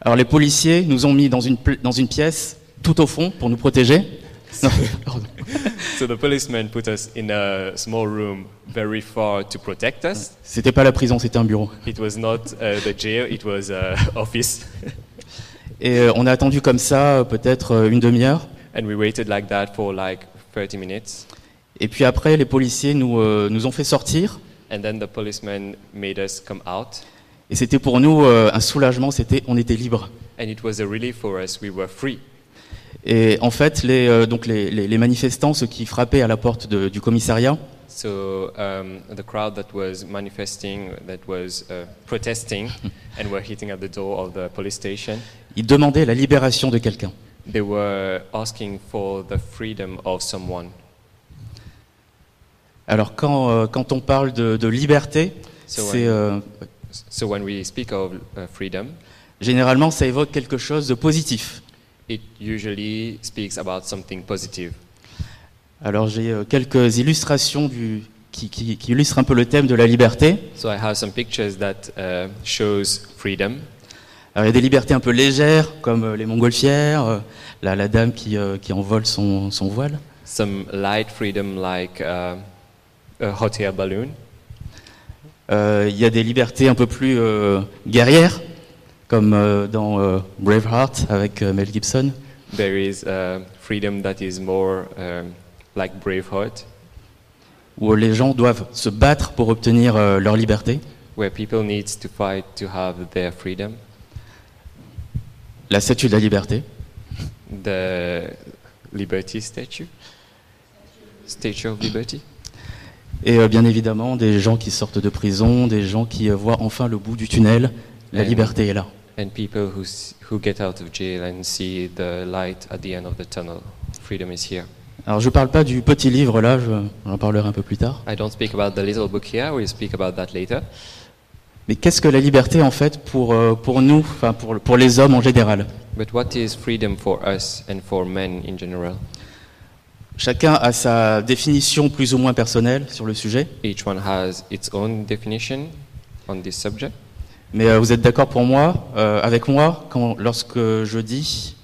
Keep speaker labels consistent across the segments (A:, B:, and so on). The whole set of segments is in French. A: Alors les policiers nous ont mis dans une, pl- dans une pièce tout au fond pour nous protéger. Non, pardon.
B: So the policemen put us in a small room very far to protect us.
A: C'était pas la prison, c'était un bureau.
B: It was not uh, the jail, it was uh, office.
A: Et euh, on a attendu comme ça euh, peut-être euh, une demi-heure.
B: And we waited like that for like 30 minutes.
A: Et puis après, les policiers nous, euh, nous ont fait sortir.
B: And then the policemen made us come out.
A: Et c'était pour nous euh, un soulagement, c'était on était libre.
B: And it was a relief for us, we were free.
A: Et en fait, les, euh, donc les, les- les manifestants, ceux qui frappaient à la porte de- du commissariat,
B: So um, the crowd that was manifesting, that was uh, protesting, and were hitting at the door of the police station,
A: ils demandaient la libération de quelqu'un.
B: they were asking for the freedom of someone.
A: Alors quand, euh, quand on parle de, de liberté,
B: So,
A: c'est, euh,
B: uh, So when we speak of uh, freedom,
A: généralement ça évoque quelque chose de positif.
B: it usually speaks about something positive.
A: Alors j'ai euh, quelques illustrations du- qui, qui- qui illustrent un peu le thème de la liberté.
B: So I have some pictures that uh, shows freedom.
A: Alors, il y a des libertés un peu légères, comme euh, les montgolfières, euh, la, la dame qui, euh, qui envole son, son voile.
B: some light freedom like uh, a hot air balloon.
A: Euh, il y a des libertés un peu plus euh, guerrières, comme euh, dans euh, Braveheart avec euh, Mel Gibson.
B: There is uh, freedom that is more um, like Braveheart,
A: où euh, les gens doivent se battre pour obtenir euh, leur liberté.
B: where people need to fight to have their freedom.
A: La statue de la liberté.
B: The Liberty statue, Statue of Liberty.
A: Et euh, bien évidemment, des gens qui sortent de prison, des gens qui euh, voient enfin le bout du tunnel. La
B: Et-
A: liberté est là.
B: And people who, s- who get out of jail and see the light at the end of the tunnel. Freedom is here.
A: Alors je ne parle pas du petit livre là, je- j'en parlerai un peu plus tard.
B: I don't speak about the little book here, we'll speak about that later.
A: Mais qu'est-ce que la liberté en fait pour, euh, pour nous, enfin pour, le- pour les hommes en général
B: But what is freedom for us and for men in general?
A: Chacun a sa définition plus ou moins personnelle sur le sujet,
B: Each one has its own definition on this subject.
A: mais euh, vous êtes d'accord pour moi, euh, avec moi, quand, lorsque je dis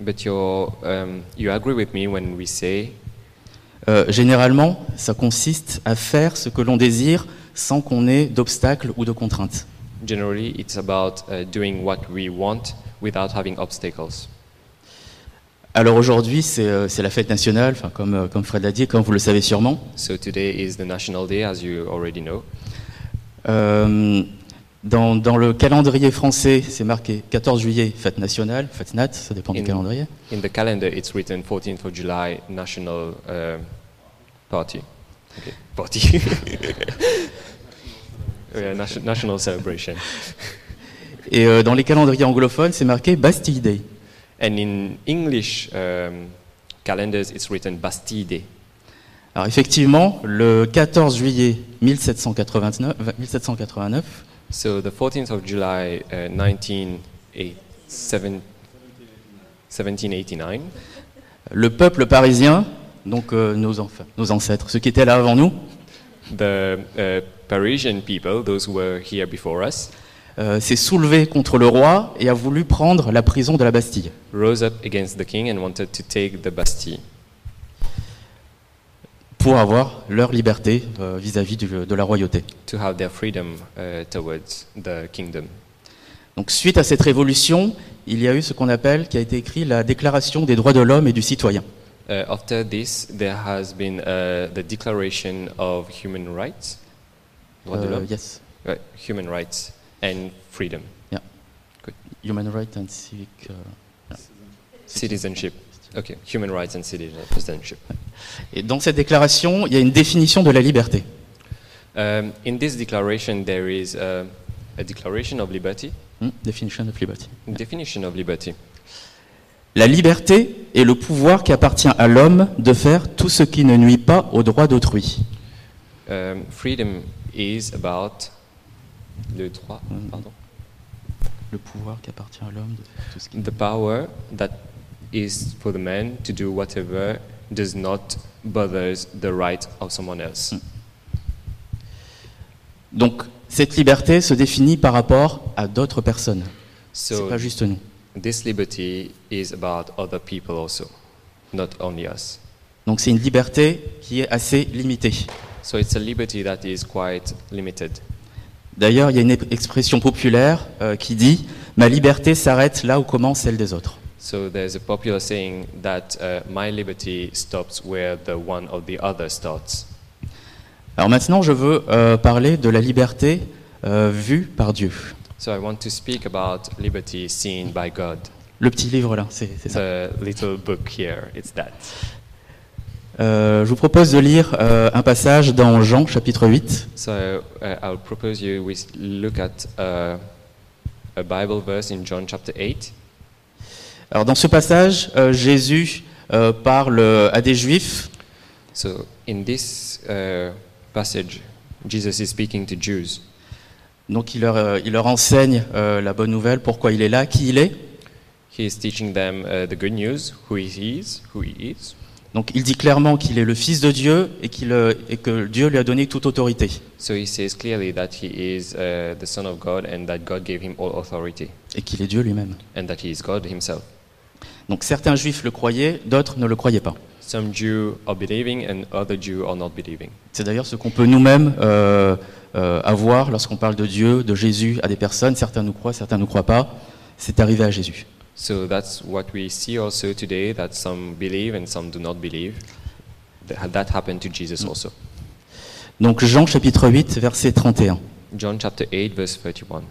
B: But you're, um, you agree with me when we say
A: Euh, généralement, ça consiste à faire ce que l'on désire sans qu'on ait d'obstacles ou de contraintes.
B: generally it's about uh, doing what we want without having obstacles.
A: Alors aujourd'hui, c'est euh, c'est la fête nationale, enfin, comme, euh, comme Fred l'a dit, comme vous le savez sûrement.
B: So today is the National Day, as you already know.
A: Euh, dans, dans le calendrier français, c'est marqué 14 juillet, fête nationale, fête nat, ça dépend du
B: In-
A: calendrier.
B: In the calendar, it's written 14th of July, National uh, Party. Okay, party. Oh, yeah, nation- national celebration.
A: Et euh, dans les calendriers anglophones, c'est marqué Bastille Day.
B: And in English um, calendars, it's written Bastille Day.
A: Alors effectivement, le 14 juillet 1789, 1789
B: So the 14th of July, uh, 19, eight- seven- 1789,
A: le peuple parisien, donc euh, nos, enfants, nos ancêtres, ceux qui étaient là avant nous,
B: the uh, Parisian people, those who were here before us,
A: euh, s'est soulevé contre le roi et a voulu prendre la prison de la Bastille.
B: rose up against the king and wanted to take the Bastille
A: pour avoir leur liberté euh, vis-à-vis du- de la royauté.
B: to have their freedom uh, towards the kingdom.
A: Donc suite à cette révolution, il y a eu ce qu'on appelle, qui a été écrit, la Déclaration des droits de l'homme et du citoyen.
B: Uh, after this, there has been uh, the Declaration of Human Rights, Droits de
A: Euh,
B: l'homme.
A: yes,
B: Uh, human rights and freedom,
A: Human Rights and Civic. euh,
B: citizenship. Okay, human rights and citizenship.
A: Et dans cette déclaration, il y a une définition de la liberté.
B: Um, in this declaration, there is uh, a declaration of liberty,
A: Hmm, Definition of liberty.
B: definition of liberty.
A: La liberté est le pouvoir qui appartient à l'homme de faire tout ce qui ne nuit pas aux droits d'autrui.
B: Um, freedom is about le droit, pardon,
A: Le pouvoir qui appartient à l'homme de faire tout ce qui
B: the power that is for the man to do whatever does not bothers the right of someone
A: Hmm.
B: else.
A: Donc, cette liberté se définit par rapport à d'autres personnes. C'est
B: So
A: pas juste nous.
B: this liberty is about other people also, not only us.
A: Donc c'est une liberté qui est assez limitée.
B: So it's a liberty that is quite limited.
A: D'ailleurs, il y a une ép- expression populaire euh, qui dit Ma liberté s'arrête là où commence celle des autres.
B: So there's a popular saying that uh, my liberty stops where the one of the other starts.
A: Alors maintenant, je veux euh, parler de la liberté euh, vue par Dieu.
B: So I want to speak about liberty seen by God.
A: Le petit livre là, c'est c'est ça.
B: The little book here, it's that.
A: Euh, je vous propose de lire euh, un passage dans Jean chapitre 8,
B: So uh, I'll propose you we s- look at uh, a Bible verse in John chapter 8.
A: Alors dans ce passage, euh, Jésus euh, parle euh, à des juifs
B: So in this uh, passage, Jesus is speaking to Jews.
A: donc il leur, euh, il leur enseigne euh, la bonne nouvelle, pourquoi il est là, qui il est.
B: He is teaching them uh, the good news, who he is, who he is.
A: Donc il dit clairement qu'il est le Fils de Dieu et, qu'il, euh, et que Dieu lui a donné toute autorité
B: So he says clearly that he is uh, the Son of God and that God gave him all authority
A: et qu'il est Dieu lui-même.
B: and that he is God himself.
A: Donc certains juifs le croyaient, d'autres ne le croyaient pas.
B: Some Jew are believing and other Jew are not believing.
A: C'est d'ailleurs ce qu'on peut nous-mêmes euh, euh, avoir lorsqu'on parle de Dieu, de Jésus à des personnes. Certains nous croient, certains ne nous croient pas. C'est arrivé à Jésus.
B: So that's what we see also today that some believe and some do not believe. Th- That happened to Jesus also.
A: Donc Jean chapitre 8, verset 31.
B: John chapter 8, verse 31.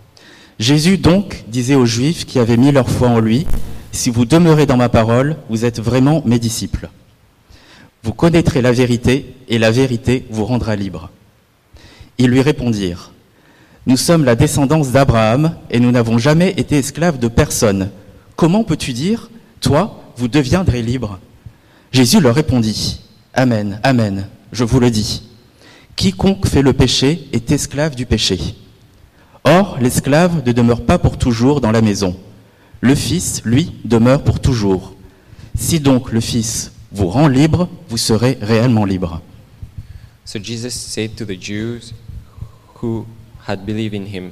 A: Jésus donc disait aux Juifs qui avaient mis leur foi en lui, Si vous demeurez dans ma parole, vous êtes vraiment mes disciples. Vous connaîtrez la vérité, et la vérité vous rendra libre. Ils lui répondirent, Nous sommes la descendance d'Abraham, et nous n'avons jamais été esclaves de personne. Comment peux-tu dire, Toi, vous deviendrez libre Jésus leur répondit, Amen, Amen, je vous le dis. Quiconque fait le péché est esclave du péché. Or, l'esclave ne demeure pas pour toujours dans la maison. Le Fils, lui, demeure pour toujours. Si donc le Fils vous rend libre, vous serez réellement libre.
B: So Jesus said to the Jews who had believed in him,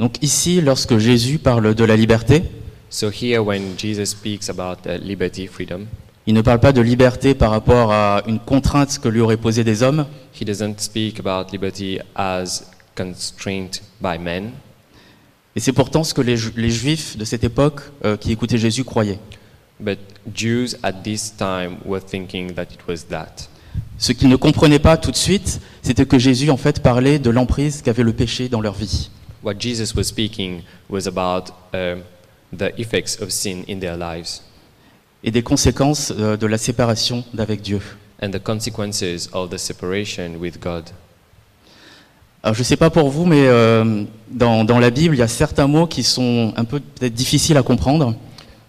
A: Donc ici, lorsque Jésus parle de la liberté,
B: So here, when Jesus speaks about uh, liberty, freedom,
A: il ne parle pas de liberté par rapport à une contrainte que lui auraient posée des hommes,
B: he doesn't speak about liberty as constraint by men,
A: et c'est pourtant ce que les, Ju- les Juifs de cette époque euh, qui écoutaient Jésus croyaient.
B: but Jews at this time were thinking that it was that.
A: Ce qu'ils ne comprenaient pas tout de suite, c'était que Jésus en fait parlait de l'emprise qu'avait le péché dans leur vie.
B: What Jesus was speaking was about um, the effects of sin in their lives
A: et des conséquences euh, de la séparation d'avec Dieu.
B: and the consequences of the separation with God.
A: Alors, je ne sais pas pour vous, mais euh, dans, dans la Bible, il y a certains mots qui sont un peu peut-être difficiles à comprendre.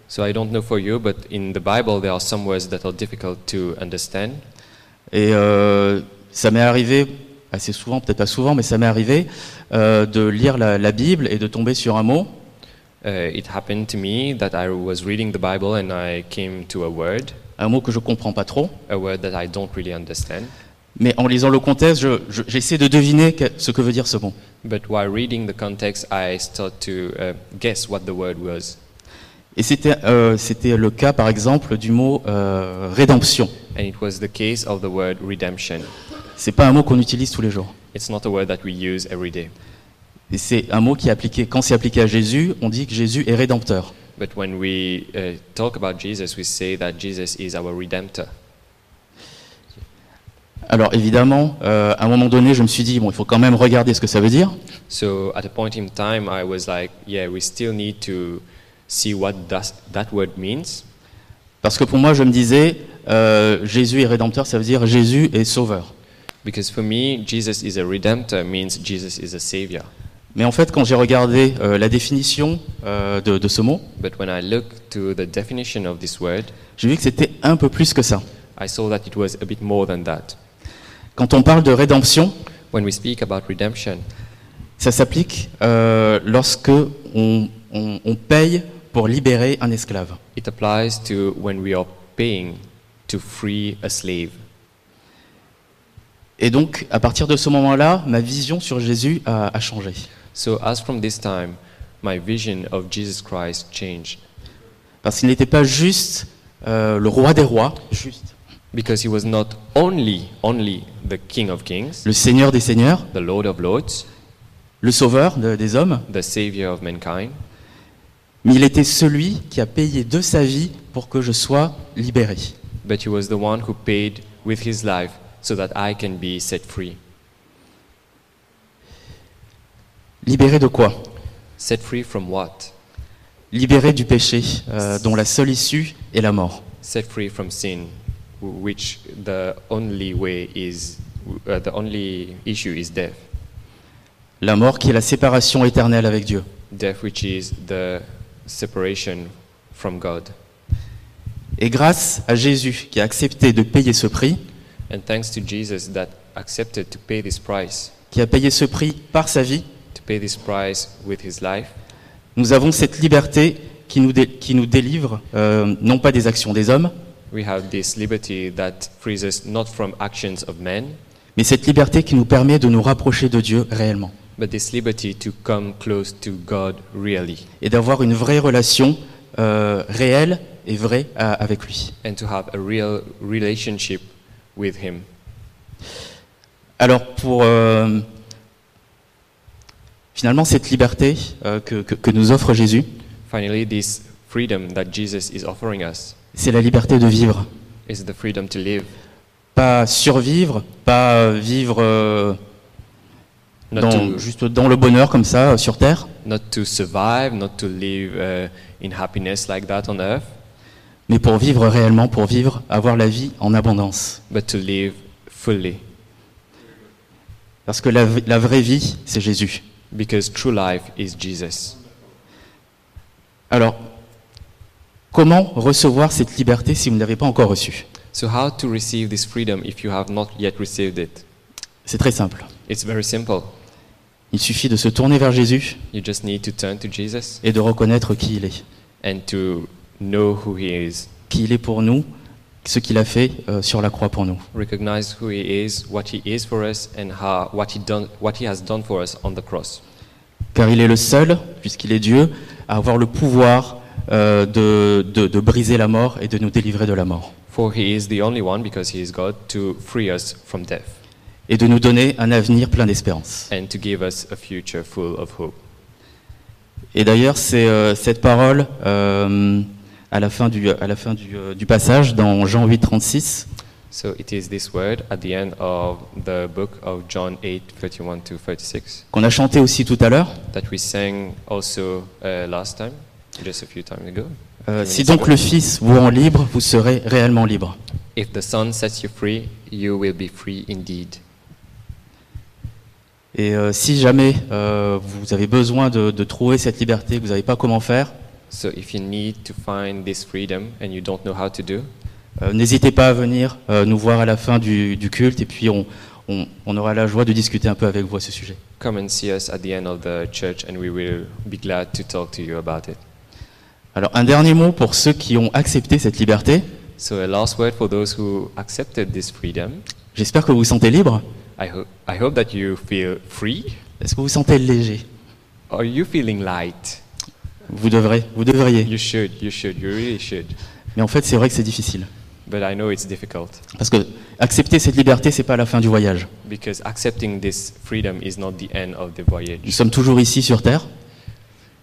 B: So I don't know for you, but in the Bible, there are some words that are difficult to understand.
A: Et euh, ça m'est arrivé assez souvent, peut-être pas souvent, mais ça m'est arrivé euh, de lire la, la Bible et de tomber sur un mot
B: Uh, it happened to me that I was reading the Bible and I came to a word,
A: un mot que je comprends pas trop,
B: a word that I don't really understand.
A: mais en lisant le contexte, je- je- j'essaie de deviner que- ce que veut dire ce mot.
B: But while reading the context, I start to uh, guess what the word was.
A: Et c'était euh, c'était le cas, par exemple, du mot euh, rédemption.
B: And it was the case of the word redemption.
A: C'est pas un mot qu'on utilise tous les jours.
B: It's not a word that we use every day.
A: Et c'est un mot qui est appliqué, quand c'est appliqué à Jésus, on dit que Jésus est rédempteur.
B: But when we uh, talk about Jesus, we say that Jesus is our redemptor.
A: Alors évidemment, euh, à un moment donné, je me suis dit, bon, il faut quand même regarder ce que ça veut dire.
B: So at a point in time, I was like, yeah, we still need to see what does that word means.
A: Parce que pour moi, je me disais, euh, Jésus est rédempteur, ça veut dire Jésus est sauveur.
B: Because for me, Jesus is a redemptor means Jesus is a savior.
A: Mais en fait, quand j'ai regardé euh, la définition euh, de, de ce mot,
B: But when I looked to the definition of this word,
A: j'ai vu que c'était un peu plus que ça.
B: I saw that it was a bit more than that.
A: Quand on parle de rédemption,
B: When we speak about redemption,
A: ça s'applique euh, lorsque on, on- on paye pour libérer un esclave.
B: it applies to when we are paying to free a slave.
A: Et donc, à partir de ce moment-là, ma vision sur Jésus a, a changé.
B: So, as from this time, my vision of Jesus Christ changed
A: Parce qu'il n'était pas juste euh, le roi des rois, juste
B: because he was not only only the King of Kings,
A: le seigneur des seigneurs,
B: the Lord of Lords,
A: le sauveur de- des hommes,
B: the Savior of mankind,
A: mais il était celui qui a payé de sa vie pour que je sois libéré.
B: but he was the one who paid with his life so that I can be set free.
A: Libéré de quoi
B: Set free from what?
A: Libéré du péché, euh, dont la seule issue est la mort.
B: Set free from sin, w- which the only way is w- uh, the only issue is death.
A: La mort qui est la séparation éternelle avec Dieu.
B: Death, which is the separation from God.
A: Et grâce à Jésus qui a accepté de payer ce prix,
B: And thanks to Jesus that accepted to pay this price,
A: qui a payé ce prix par sa vie,
B: to pay this price with his life,
A: nous avons cette liberté qui nous, dé- qui nous délivre, euh, non pas des actions des hommes,
B: we have this liberty that frees us not from actions of men,
A: mais cette liberté qui nous permet de nous rapprocher de Dieu réellement
B: but this liberty to come close to God really
A: et d'avoir une vraie relation euh, réelle et vraie à- avec lui.
B: and to have a real relationship with him.
A: Alors pour euh, finalement cette liberté euh, que, que- que nous offre Jésus,
B: Finally, this freedom that Jesus is offering us
A: c'est la liberté de vivre,
B: is the freedom to live,
A: pas survivre, pas euh, vivre euh,
B: not,
A: dans-
B: to,
A: juste dans le bonheur comme ça euh, sur terre,
B: not to survive, not to live uh, in happiness like that on earth,
A: mais pour vivre réellement, pour vivre, avoir la vie en abondance.
B: but to live fully.
A: Parce que la, v- la vraie vie, c'est Jésus.
B: Because true life is Jesus.
A: Alors, comment recevoir cette liberté si vous ne l'avez pas encore reçue
B: So, how to receive this freedom if you have not yet received it?
A: C'est très simple.
B: It's very simple.
A: Il suffit de se tourner vers Jésus
B: You just need to turn to Jesus
A: et de reconnaître qui il est,
B: and to know who He is,
A: qui il est pour nous, ce qu'il a fait euh, sur la croix pour nous.
B: recognize who He is, what He is for us, and how, what, he done, what He has done for us on the cross.
A: Car il est le seul, puisqu'il est Dieu, à avoir le pouvoir euh, de, de- de briser la mort et de nous délivrer de la mort.
B: For He is the only one, because He is God, to free us from death
A: Et de nous donner un avenir plein d'espérance.
B: and to give us a future full of hope.
A: Et d'ailleurs, c'est euh, cette parole euh, à la fin, du, à la fin du, euh, du passage dans Jean 8, 36,
B: So, it is this word at the end of the book of John 8 31 to 36.
A: qu'on a chanté aussi tout à l'heure.
B: that we sang also uh, last time, just a few times ago.
A: Euh, si donc le Fils vous rend libre, vous serez réellement libre.
B: If the Son sets you free, you will be free indeed.
A: Et euh, si jamais euh, vous avez besoin de, de trouver cette liberté, que vous n'avez pas comment faire,
B: So if you need to find this freedom and you don't know how to do,
A: euh, n'hésitez pas à venir euh, nous voir à la fin du, du culte et puis on, on- on aura la joie de discuter un peu avec vous à ce sujet.
B: come and see us at the end of the church and we will be glad to talk to you about it.
A: Alors un dernier mot pour ceux qui ont accepté cette liberté.
B: So a last word for those who accepted this freedom.
A: J'espère que vous vous sentez libre.
B: I, ho- I hope that you feel free.
A: Est-ce que vous vous sentez léger
B: Are you feeling light?
A: Vous devrez, vous devriez.
B: You should, you should, you really should.
A: Mais en fait, c'est vrai que c'est difficile.
B: But I know it's difficult
A: Parce que accepter cette liberté, c'est pas la fin du voyage.
B: because accepting this freedom is not the end of the voyage.
A: Nous sommes toujours ici sur Terre.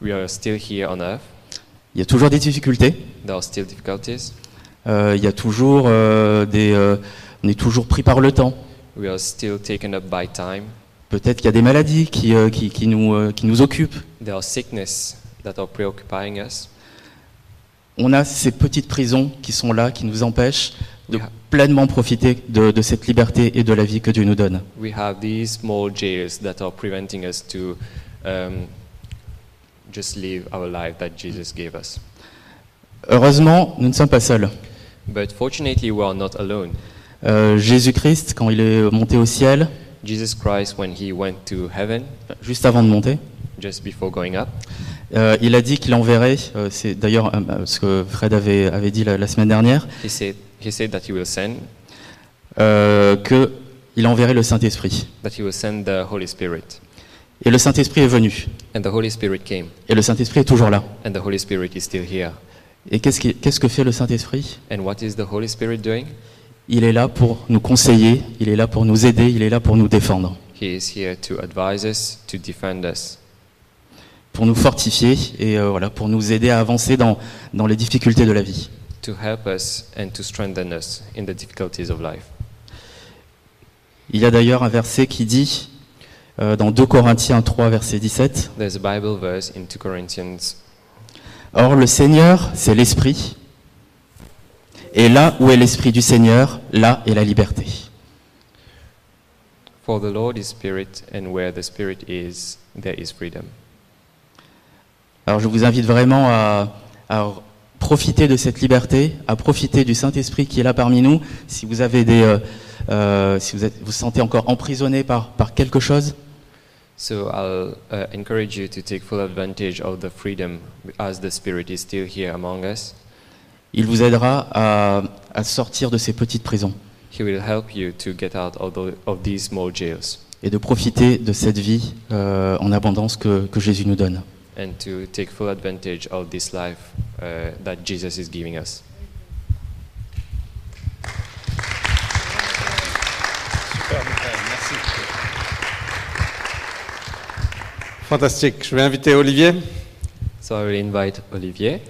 B: We are still here on earth.
A: Il y a toujours des difficultés.
B: There are still difficulties.
A: Euh, il y a toujours euh, des, euh, on est toujours pris par le temps.
B: We are still taken up by time.
A: Peut-être qu'il y a des maladies qui, euh, qui, qui nous, euh, qui nous occupent.
B: There are sickness that are preoccupying us.
A: On a ces petites prisons qui sont là, qui nous empêchent de
B: We ha-
A: pleinement profiter de, de cette liberté et de la vie que Dieu nous donne.
B: We have these small jails that are preventing us to uh, um, just live our life that Jesus gave us.
A: Heureusement, nous ne sommes pas seuls.
B: But fortunately, we are not alone.
A: Euh, Jésus-Christ, quand il est monté au ciel,
B: Jesus Christ, when he went to heaven,
A: juste avant de monter,
B: just before going up,
A: euh, il a dit qu'il enverrait, euh, c'est d'ailleurs euh, ce que Fred avait, avait dit la, la semaine dernière,
B: he said, he said that he will send,
A: euh, qu'il enverrait le Saint-Esprit.
B: that he will send the Holy Spirit.
A: Et le Saint-Esprit est venu.
B: And the Holy Spirit came,
A: Et le Saint-Esprit est toujours là.
B: and the Holy Spirit is still here.
A: Et qu'est-ce qui- qu'est-ce que fait le Saint-Esprit
B: And what is the Holy Spirit doing?
A: Il est là pour nous conseiller, il est là pour nous aider, il est là pour nous défendre,
B: He is here to advise us, to defend us,
A: pour nous fortifier et euh, voilà, pour nous aider à avancer dans, dans les difficultés de la vie.
B: to help us, and to strengthen us in the difficulties of life.
A: Il y a d'ailleurs un verset qui dit, euh, dans 2 Corinthiens 3, verset 17,
B: There's a Bible verse in 2 Corinthians
A: Or le Seigneur, c'est l'Esprit, et là où est l'Esprit du Seigneur, là est la liberté.
B: For the Lord is spirit, and where the spirit is, there is freedom.
A: Alors je vous invite vraiment à, à profiter de cette liberté, à profiter du Saint-Esprit qui est là parmi nous. Si vous avez des, euh, euh, si vous êtes, vous sentez encore emprisonné par, par quelque chose,
B: So I'll uh, encourage you to take full advantage of the freedom as the spirit is still here among us.
A: il vous aidera à, à sortir de ces petites prisons
B: He will help you to get out of, tho- of these small jails
A: et de profiter de cette vie euh, en abondance que, que Jésus nous donne.
B: and to take full advantage of this life uh, that Jesus is giving us.
C: Super, Michael, merci. Fantastique. Je vais inviter Olivier.
B: So I will invite Olivier.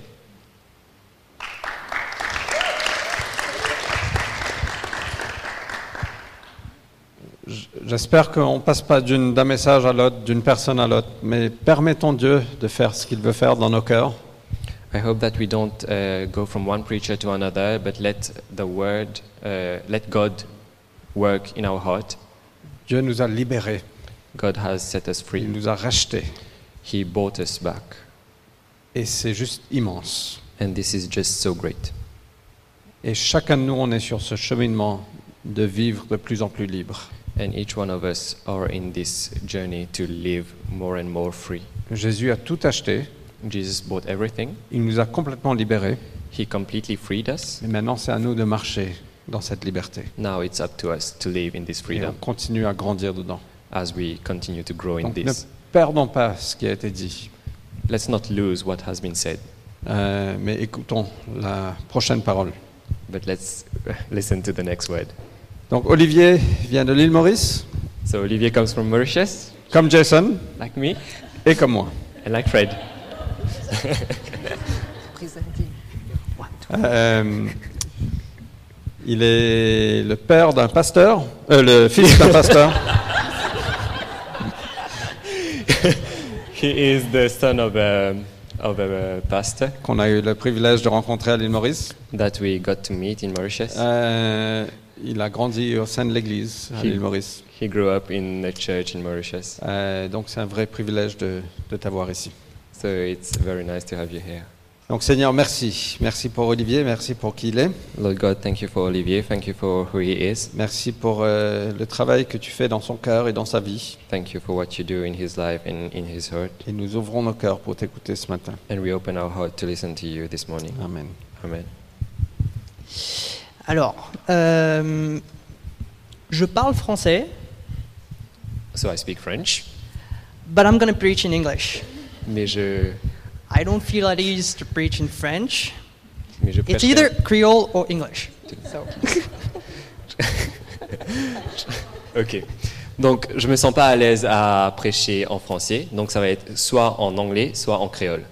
C: J- J'espère qu'on ne passe pas d'une- d'un message à l'autre, d'une personne à l'autre, mais permettons Dieu de faire ce qu'il veut faire dans nos cœurs.
B: I hope that we don't uh, go from one preacher to another, but let the word, uh, let God work in our heart.
C: Dieu nous a libérés,
B: God has set us free.
C: il nous a rachetés,
B: He bought us back.
C: et c'est juste immense.
B: And this is just so great.
C: Et chacun de nous, on est sur ce cheminement de vivre de plus en plus libre.
B: And each one of us are in this journey to live more and more free.
C: Jésus a tout acheté,
B: Jesus bought everything,
C: il nous a complètement libérés,
B: He completely freed us.
C: mais maintenant c'est à nous de marcher dans cette liberté.
B: Now it's up to us to live in this
C: Et on
B: freedom
C: continue à grandir dedans.
B: as we continue to grow in
C: Donc ne
B: this.
C: perdons pas ce qui a été dit,
B: Let's not lose what has been said,
C: euh, mais écoutons la prochaine parole.
B: but let's listen to the next word.
C: Donc Olivier vient de l'île Maurice,
B: So Olivier comes from Mauritius,
C: comme Jason
B: like me,
C: et comme moi.
B: and like Fred.
D: presenting.
C: Euh, il est le père d'un pasteur, euh, le fils d'un pasteur,
B: He is the son of a, of a pastor
C: qu'on a eu le privilège de rencontrer à l'île Maurice.
B: that we got to meet in Mauritius.
C: Euh, il a grandi au sein de l'église à
B: Qui-
C: l'île Maurice.
B: He grew up in a church in Mauritius,
C: Euh, donc c'est un vrai privilège de, de t'avoir ici.
B: so it's very nice to have you here.
C: Donc Seigneur, merci. Merci pour Olivier, merci pour qui il est.
B: Lord God, thank you for Olivier, thank you for who he is,
C: Merci pour euh, le travail que tu fais dans son cœur et dans sa vie.
B: thank you for what you do in his life and in his heart.
C: Et nous ouvrons nos cœurs pour t'écouter ce matin.
B: And we open our heart to listen to you this morning.
C: Amen.
B: Amen.
D: Alors, euh, je parle français,
B: So I speak French,
D: but I'm going to preach in English.
B: mais je,
D: I don't feel at ease to preach in French.
B: mais je
D: It's
B: préfère-
D: either Creole or English. So,
B: Ok. Donc je me sens pas à l'aise à prêcher en français, donc ça va être soit en anglais, soit en créole.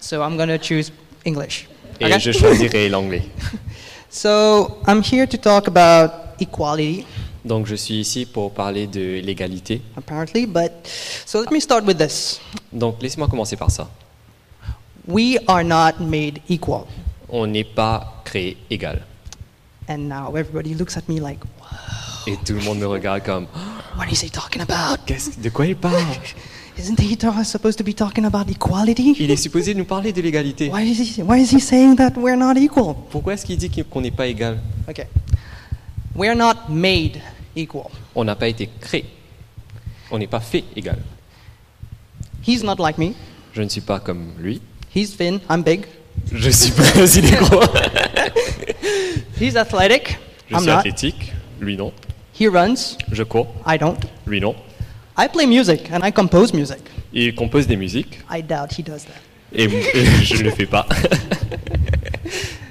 D: so I'm going to choose English.
B: Et
D: Okay?
B: je choisirai l'anglais.
D: So, I'm here to talk about equality,
B: Donc je suis ici pour parler de l'égalité.
D: apparently, but so let me start with this.
B: Donc laisse-moi commencer par ça.
D: We are not made equal.
B: On n'est pas créé égal.
D: And now everybody looks at me like,
B: Et tout le monde me regarde comme
D: what is he talking about?
B: Qu'est-ce- de quoi il parle
D: Isn't he ta- supposed to be talking about equality?
B: Il est supposé nous parler de l'égalité.
D: Why is he, why is he saying that we're not equal?
B: Pourquoi est-ce qu'il dit qu'il- qu'on n'est pas égal
D: Okay. We're not made equal.
B: On n'a pas été créé. On n'est pas fait égal.
D: He's not like me.
B: Je ne suis pas comme lui.
D: He's thin. I'm big.
B: Je suis brésilien.
D: He's athletic.
B: Je
D: I'm
B: suis
D: not.
B: athlétique. Lui non.
D: He runs.
B: Je cours.
D: I don't.
B: Lui non.
D: I play music and I compose music.
B: Il compose des musiques
D: I doubt he does that.
B: et, et je ne le fais pas.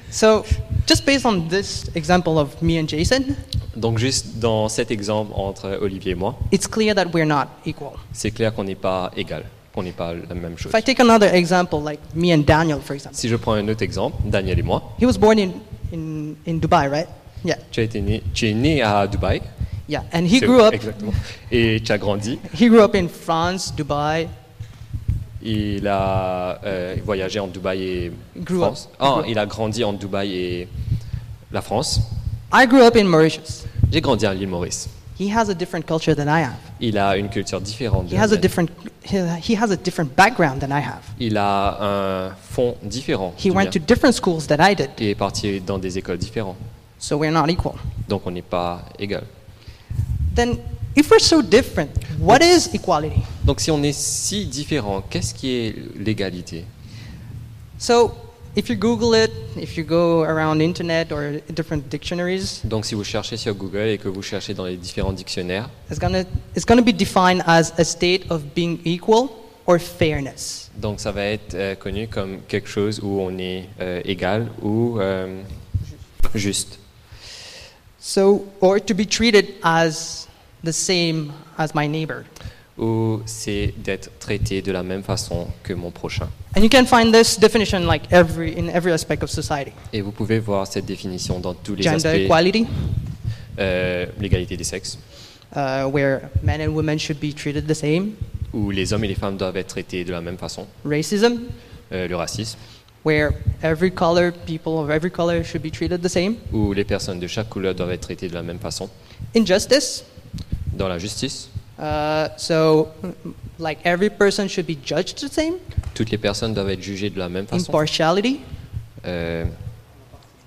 D: So, just based on this example of me and Jason,
B: Donc juste dans cet exemple entre Olivier et moi,
D: it's clear that we're not equal.
B: c'est clair qu'on n'est pas égal, qu'on n'est pas la même chose.
D: If I take another example, like me and Daniel, for example,
B: Si je prends un autre exemple, Daniel et moi,
D: he was born in, in, in Dubai, right? Yeah,
B: tu, as été né, tu es né à Dubaï.
D: yeah. And he
B: C'est-
D: grew up.
B: Exactement. Et tu as grandi.
D: He grew up in France, Dubai.
B: Il a euh, voyagé en Dubaï et
D: Grew up.
B: France. Ah,
D: Grew up.
B: il a grandi en Dubaï et la France.
D: I grew up in Mauritius.
B: J'ai grandi à l'île Maurice.
D: He has a different culture than I have.
B: Il a une culture différente. de
D: He
B: la
D: has a
B: mienne.
D: different he he has a different background than I have.
B: Il a un fond différent.
D: He
B: du
D: went to
B: mien.
D: different schools than I did,
B: Il est parti dans des écoles différentes.
D: so we're not equal.
B: Donc on n'est pas égal.
D: Then, if we're so different, what is equality?
B: Donc si on est si différent, qu'est-ce qui est l'égalité
D: So, if you Google it, if you go around internet or different dictionaries,
B: Donc si vous cherchez sur Google et que vous cherchez dans les différents dictionnaires,
D: it's gonna it's gonna be defined as a state of being equal or fairness.
B: donc ça va être euh, connu comme quelque chose où on est euh, égal ou euh, juste.
D: So, or to be treated as the same as my neighbor.
B: Ou c'est d'être traité de la même façon que mon prochain.
D: And you can find this definition like every in every aspect of society.
B: Et vous pouvez voir cette définition dans tous les
D: Gender
B: aspects.
D: equality,
B: euh, l'égalité des sexes,
D: uh, where men and women should be treated the same.
B: où les hommes et les femmes doivent être traités de la même façon.
D: Racism,
B: Euh, le racisme,
D: where every color people of every color should be treated the same.
B: où les personnes de chaque couleur doivent être traitées de la même façon.
D: Injustice,
B: Dans la justice,
D: Uh, so, mm, like every person should be judged the same.
B: toutes les personnes doivent être jugées de la même façon.
D: Impartiality.
B: Euh,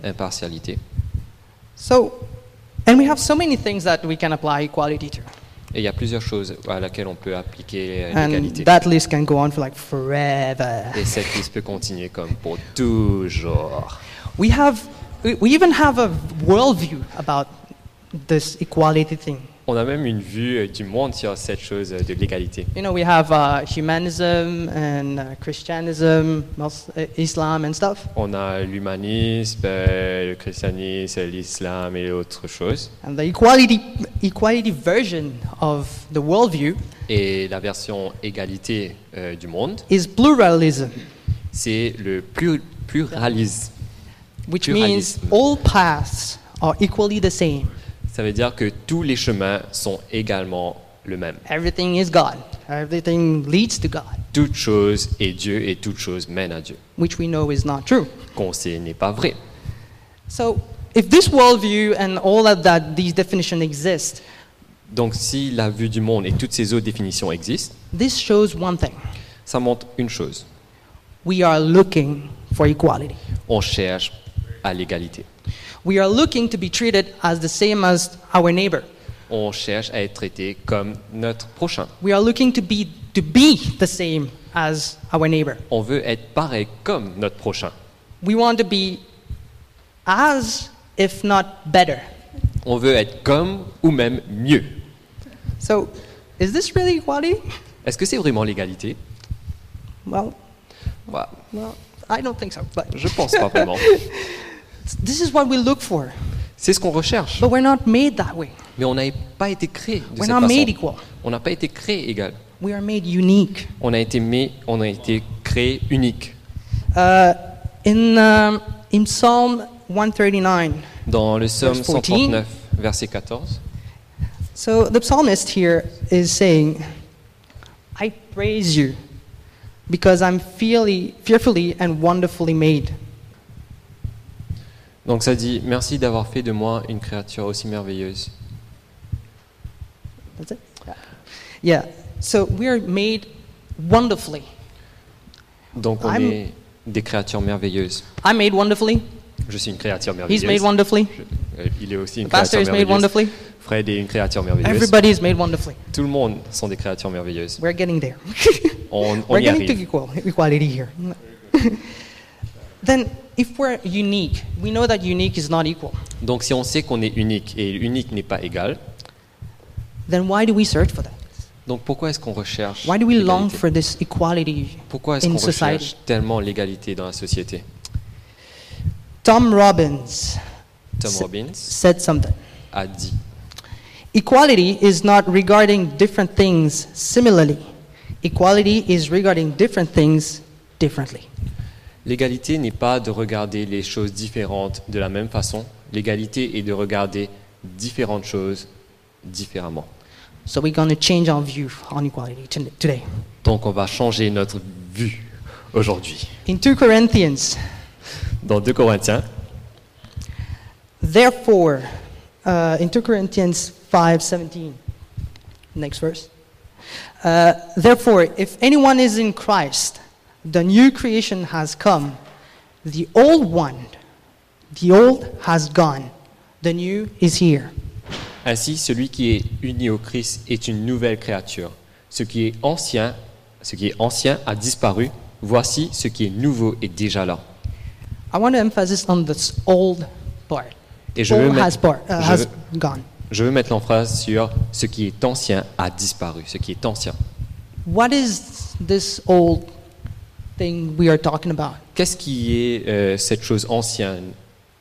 B: impartialité.
D: So, and we have so many things that we can apply equality to,
B: Et il y a plusieurs choses à laquelle on peut appliquer euh,
D: and
B: l'égalité.
D: that list can go on for like forever.
B: Et cette liste peut continuer comme pour toujours.
D: We have, we, we even have a worldview about this equality thing.
B: On a même une vue euh, du monde sur cette chose euh, de l'égalité.
D: You know, we have uh, humanism and uh, Christianism, Mus- uh, Islam, and stuff.
B: On a l'humanisme, euh, le christianisme, l'islam et autres choses.
D: And the equality, equality version of the worldview
B: Et la version égalité euh, du monde,
D: is pluralism.
B: c'est le plu- pluralisme.
D: which means
B: Pluralisme.
D: all paths are equally the same.
B: Ça veut dire que tous les chemins sont également le même.
D: Everything is God. Everything leads to God,
B: Toute chose est Dieu et toute chose mène à Dieu.
D: which we know is not true.
B: Qu'on sait n'est pas vrai.
D: So, if this worldview and all of that, these definitions exist,
B: Donc si la vue du monde et toutes ces autres définitions existent,
D: this shows one thing:
B: ça montre une chose.
D: we are looking for equality.
B: On cherche à l'égalité.
D: We are looking to be treated as the same as our neighbor.
B: On cherche à être traité comme notre prochain.
D: We are looking to be to be the same as our neighbor.
B: On veut être pareil comme notre prochain.
D: We want to be as, if not better.
B: On veut être comme ou même mieux.
D: So, is this really equality?
B: Est-ce que c'est vraiment l'égalité
D: Well,
B: Bah,
D: Well, I don't think so, but
B: Je pense pas vraiment.
D: this is what we look for.
B: C'est ce qu'on recherche.
D: But we're not made that way.
B: Mais on n'a pas été créé de
D: We're
B: cette
D: not made
B: façon.
D: equal.
B: On n'a pas été créé égal.
D: We are made unique.
B: On a été mais on a été créé unique.
D: Uh, in, um, in Psalm 139,
B: Dans le psaume
D: Verse 14.
B: 139, verset 14,
D: so the psalmist here is saying, I praise you because I'm fearly, fearfully and wonderfully made.
B: donc ça dit Merci d'avoir fait de moi une créature aussi merveilleuse.
D: That's it? Yeah. So we are made wonderfully.
B: Donc on
D: I'm-
B: est des créatures merveilleuses.
D: I'm made wonderfully.
B: Je suis une créature merveilleuse.
D: He's made wonderfully.
B: Je- euh, il est aussi une
D: The pastor
B: créature
D: is made
B: merveilleuse.
D: wonderfully.
B: Fred est une créature merveilleuse.
D: Everybody is made wonderfully.
B: Tout le monde sont des créatures merveilleuses.
D: We're getting there.
B: On, on
D: We're
B: y
D: getting to
B: arrive.
D: equal, equality here. then, if we're unique, we know that unique is not equal.
B: Donc si on sait qu'on est unique et unique n'est pas égal,
D: Then why do we search for that?
B: donc pourquoi est-ce qu'on recherche
D: Why do we long
B: l'égalité?
D: for this equality
B: Pourquoi est-ce
D: in
B: qu'on
D: society?
B: recherche tellement l'égalité dans la société
D: Tom Robbins
B: Tom
D: S-
B: Robbins
D: said something.
B: a dit
D: Equality is not regarding different things similarly. Equality is regarding different things differently.
B: L'égalité n'est pas de regarder les choses différentes de la même façon. L'égalité est de regarder différentes choses différemment.
D: So we're going to change our view on equality to- today.
B: Donc on va changer notre vue aujourd'hui.
D: In 2 Corinthians,
B: Dans 2 Corinthiens,
D: therefore, uh, in 2 Corinthians 5:17, next verse. Uh, therefore, if anyone is in Christ, the new creation has come. The old one, the old has gone. The new is here.
B: ainsi celui qui est uni au Christ est une nouvelle créature. Ce qui est ancien, ce qui est ancien a disparu. Voici ce qui est nouveau est déjà là.
D: I want to emphasize on this old part.
B: Et je veux
D: old
B: mettre-
D: has, part, uh,
B: je
D: has
B: veux-
D: gone.
B: Je veux mettre l'emphase sur ce qui est ancien a disparu. Ce qui est ancien.
D: What is this old thing we are talking about?
B: Qu'est-ce qui est euh, cette chose ancienne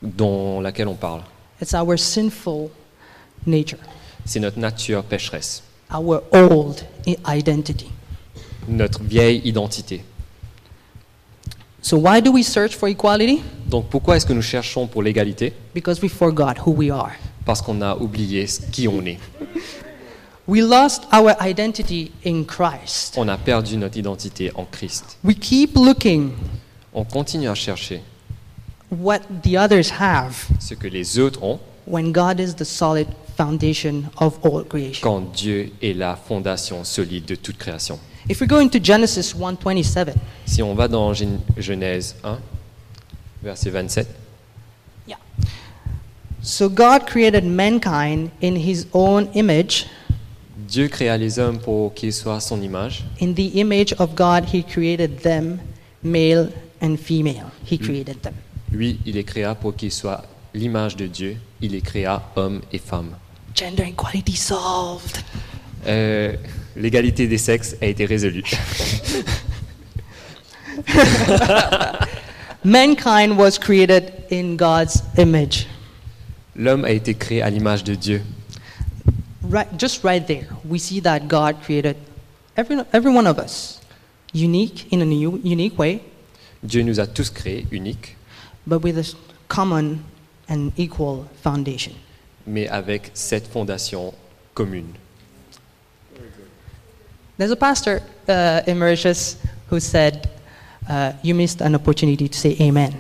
B: dont laquelle on parle
D: It's our sinful nature,
B: C'est notre nature pécheresse,
D: our old i- identity.
B: notre vieille identité.
D: So why do we search for equality?
B: Donc pourquoi est-ce que nous cherchons pour l'égalité
D: Because we forgot who we are.
B: Parce qu'on a oublié ce- qui on est.
D: We lost our identity in Christ.
B: On a perdu notre identité en Christ.
D: We keep looking
B: On continue à chercher
D: what the others have
B: ce que les autres ont
D: when God is the solid foundation of all creation.
B: quand Dieu est la fondation solide de toute création.
D: If we go into Genesis 1:27,
B: Si on va dans Gen- Genèse 1, verset 27,
D: Yeah. So God created mankind in his own image.
B: Dieu créa les hommes pour qu'ils soient à son image.
D: In the image of God, he created them, male and female. He created them.
B: Lui, il les créa pour qu'ils soient l'image de Dieu. Il les créa hommes et femmes.
D: Gender equality solved.
B: Euh, L'égalité des sexes a été résolue.
D: Mankind was created in God's image.
B: L'homme a été créé à l'image de Dieu.
D: Right, just right there, we see that God created every, every one of us unique in a new, unique way,
B: Dieu nous a tous créés uniques,
D: but with a common and equal foundation.
B: mais avec cette fondation commune.
D: There's a pastor uh, in Mauritius who said, uh, You missed an opportunity to say amen.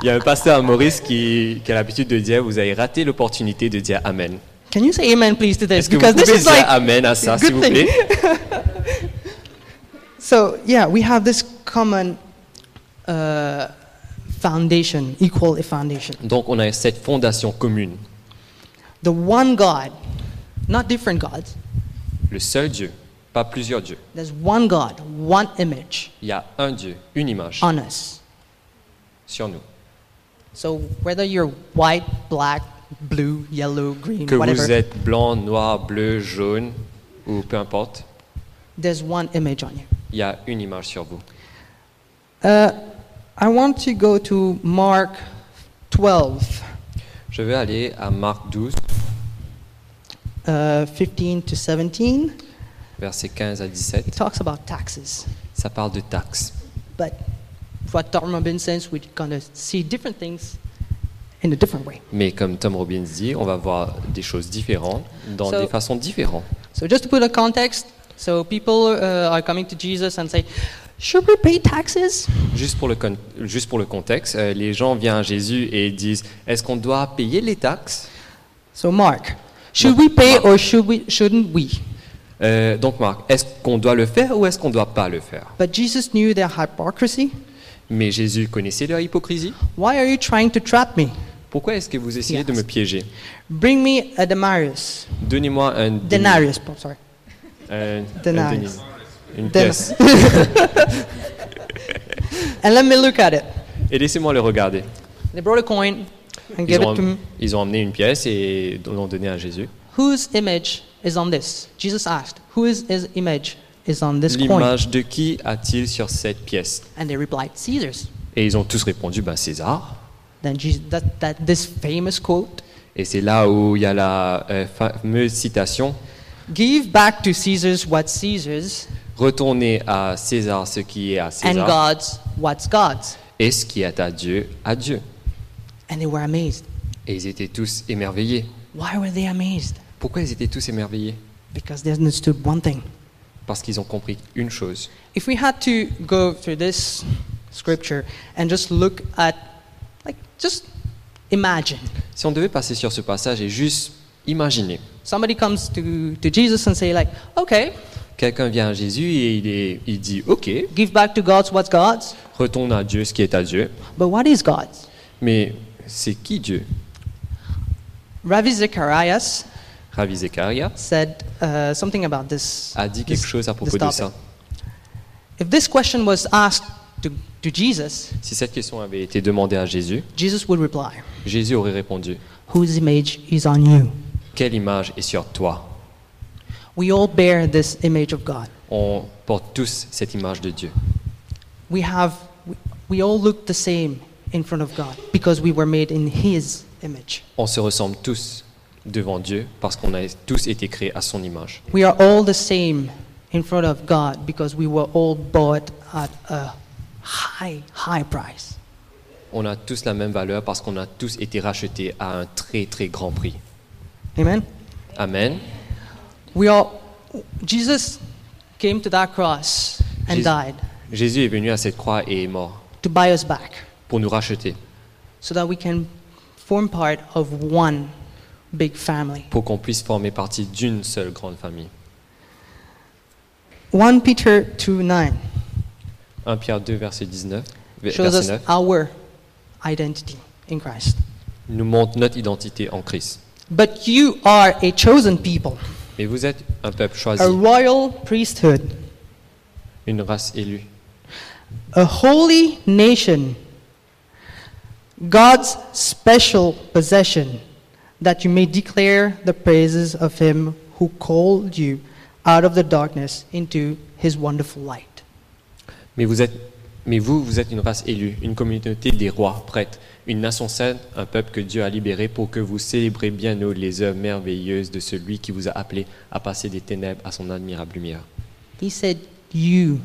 B: Il y a un pasteur à Maurice qui, qui a l'habitude de dire Vous avez raté l'opportunité de dire Amen.
D: Can you say amen, please, to this?
B: Est-ce que vous
D: Because
B: pouvez
D: this
B: dire
D: is like.
B: Amen à ça,
D: good
B: s'il vous
D: thing.
B: plaît
D: So, yeah, we have this common uh, foundation, equal foundation.
B: Donc, on a cette fondation commune.
D: The one God, not different gods.
B: Le seul Dieu, pas plusieurs dieux.
D: There's one God, one image
B: Il y a un Dieu, une image
D: on us.
B: sur nous.
D: So, whether you're white, black, blue, yellow, green,
B: Que
D: whatever,
B: vous êtes blanc, noir, bleu, jaune ou peu importe,
D: there's one image on you.
B: il y a une image sur vous.
D: Uh, I want to go to Mark 12,
B: Je vais aller à Marc 12,
D: uh, 15 to 17.
B: versets 15 à
D: It
B: 17.
D: talks about taxes.
B: Ça parle de taxes.
D: But what Tom Robbins says, we're going to see different things in a different way.
B: Mais comme Tom Robbins dit, on va voir des choses différentes dans
D: So-
B: des façons différentes.
D: So, just to put a context, so people uh, are coming to Jesus and say, Should we pay taxes?
B: Juste pour le, con- juste pour le contexte, euh, les gens viennent à Jésus et disent Est-ce qu'on doit payer les taxes
D: So, Mark, should we pay or should we, shouldn't we?
B: Euh, donc Marc, est-ce qu'on doit le faire ou est-ce qu'on ne doit pas le faire
D: But Jesus knew their hypocrisy.
B: Mais Jésus connaissait leur hypocrisie.
D: Why are you trying to trap me?
B: Pourquoi est-ce que vous essayez de me piéger
D: Bring me a denarius.
B: Donnez-moi un deni-
D: Denarius, I'm sorry.
B: un- un
D: Denarius.
B: deni- une
D: Den-
B: pièce.
D: And let me look at it.
B: Et laissez-moi le regarder.
D: They brought a coin and
B: Ils
D: gave it
B: ont,
D: to him.
B: ils ont emmené une pièce et l'ont donnée à Jésus.
D: Whose image is on this? Jesus asked, Whose is image is on this coin?
B: L'image de qui a-t-il sur cette pièce
D: And they replied, Caesar's.
B: Et ils ont tous répondu, ben César.
D: Then Jesus, that, that, this famous quote,
B: Et c'est là où il y a la euh, fameuse citation
D: Give back to Caesar's what's Caesar's
B: Retournez à César ce qui est à
D: and
B: César
D: God's what's God's.
B: et ce qui est à Dieu, à Dieu.
D: And they were amazed.
B: Et ils étaient tous émerveillés.
D: Why were they amazed?
B: Pourquoi ils étaient tous émerveillés
D: Because they understood one thing.
B: Parce qu'ils ont compris une chose.
D: If we had to go through this scripture and just look at, like, just imagine
B: Si on devait passer sur ce passage et juste imaginer,
D: somebody comes to, to Jesus and say, like, okay,
B: quelqu'un vient à Jésus et il, est, il dit, OK,
D: give back to God's what's God's,
B: retourne à Dieu ce qui est à Dieu.
D: but what is God's?
B: Mais c'est qui Dieu
D: Ravi Zacharias
B: Ravi Zekaria
D: said uh, something about this.
B: a dit
D: this-
B: quelque chose à
D: this
B: propos de
D: topic.
B: ça.
D: If this question was asked to, to Jesus,
B: Si cette question avait été demandée à Jésus,
D: Jesus would reply,
B: Jésus aurait répondu,
D: Whose image is on you?
B: Quelle image est sur toi
D: We all bear this image of God.
B: On porte tous cette image de Dieu.
D: We have, we, we all look the same in front of God because we were made in His image.
B: On se ressemble tous devant Dieu parce qu'on a tous été créés à son image.
D: We are all the same in front of God because we were all bought at a high, high price.
B: On a tous la même valeur parce qu'on a tous été rachetés à un très très grand prix.
D: Amen?
B: Amen.
D: We are, Jesus came to that cross and
B: Jésus-
D: died
B: Jésus est venu à cette croix et est mort
D: to buy us back
B: pour nous racheter,
D: so that we can form part of one big family.
B: pour qu'on puisse former partie d'une seule grande famille.
D: 1 Peter 2 9
B: 1 Pierre 2, verset 19, ve-
D: shows
B: verset
D: us
B: 9
D: our identity in Christ.
B: nous montre notre identité en Christ.
D: But you are a chosen people,
B: Mais vous êtes un peuple choisi,
D: a royal priesthood,
B: une race élue,
D: a holy nation, God's special possession, that you may declare the praises of him who called you out of the darkness into his wonderful light.
B: Mais vous êtes, mais vous, vous êtes une race élue, une communauté des rois, prêtres, une nation sainte, un peuple que Dieu a libéré pour que vous célébrez bien haut les œuvres merveilleuses de celui qui vous a appelé à passer des ténèbres à son admirable lumière.
D: He said, You,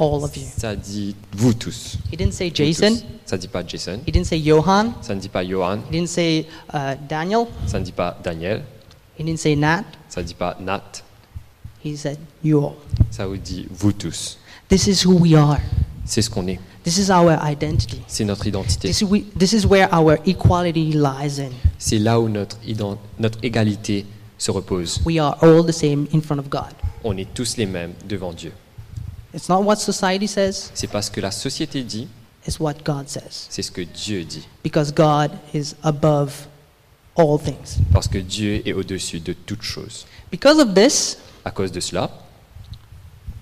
D: all of you.
B: Ça dit vous tous.
D: He didn't say
B: Vous
D: Jason,
B: tous. Ça dit pas Jason.
D: he didn't say Johan,
B: Ça ne dit pas Johan.
D: he didn't say uh, Daniel,
B: Ça ne dit pas Daniel.
D: he didn't say Nat,
B: Ça ne dit pas Nat.
D: he said, You all.
B: Ça vous dit vous tous.
D: This is who we are.
B: C'est ce qu'on est.
D: This is our identity.
B: C'est notre identité.
D: This, we, this is where our equality lies in.
B: C'est là où notre, ident- notre égalité se repose.
D: We are all the same in front of God.
B: On est tous les mêmes devant Dieu.
D: It's not what society says,
B: C'est parce que la société dit,
D: it's what God says.
B: c'est ce que Dieu dit.
D: Because God is above all things.
B: Parce que Dieu est au-dessus de toutes choses.
D: Because of this,
B: À cause de cela,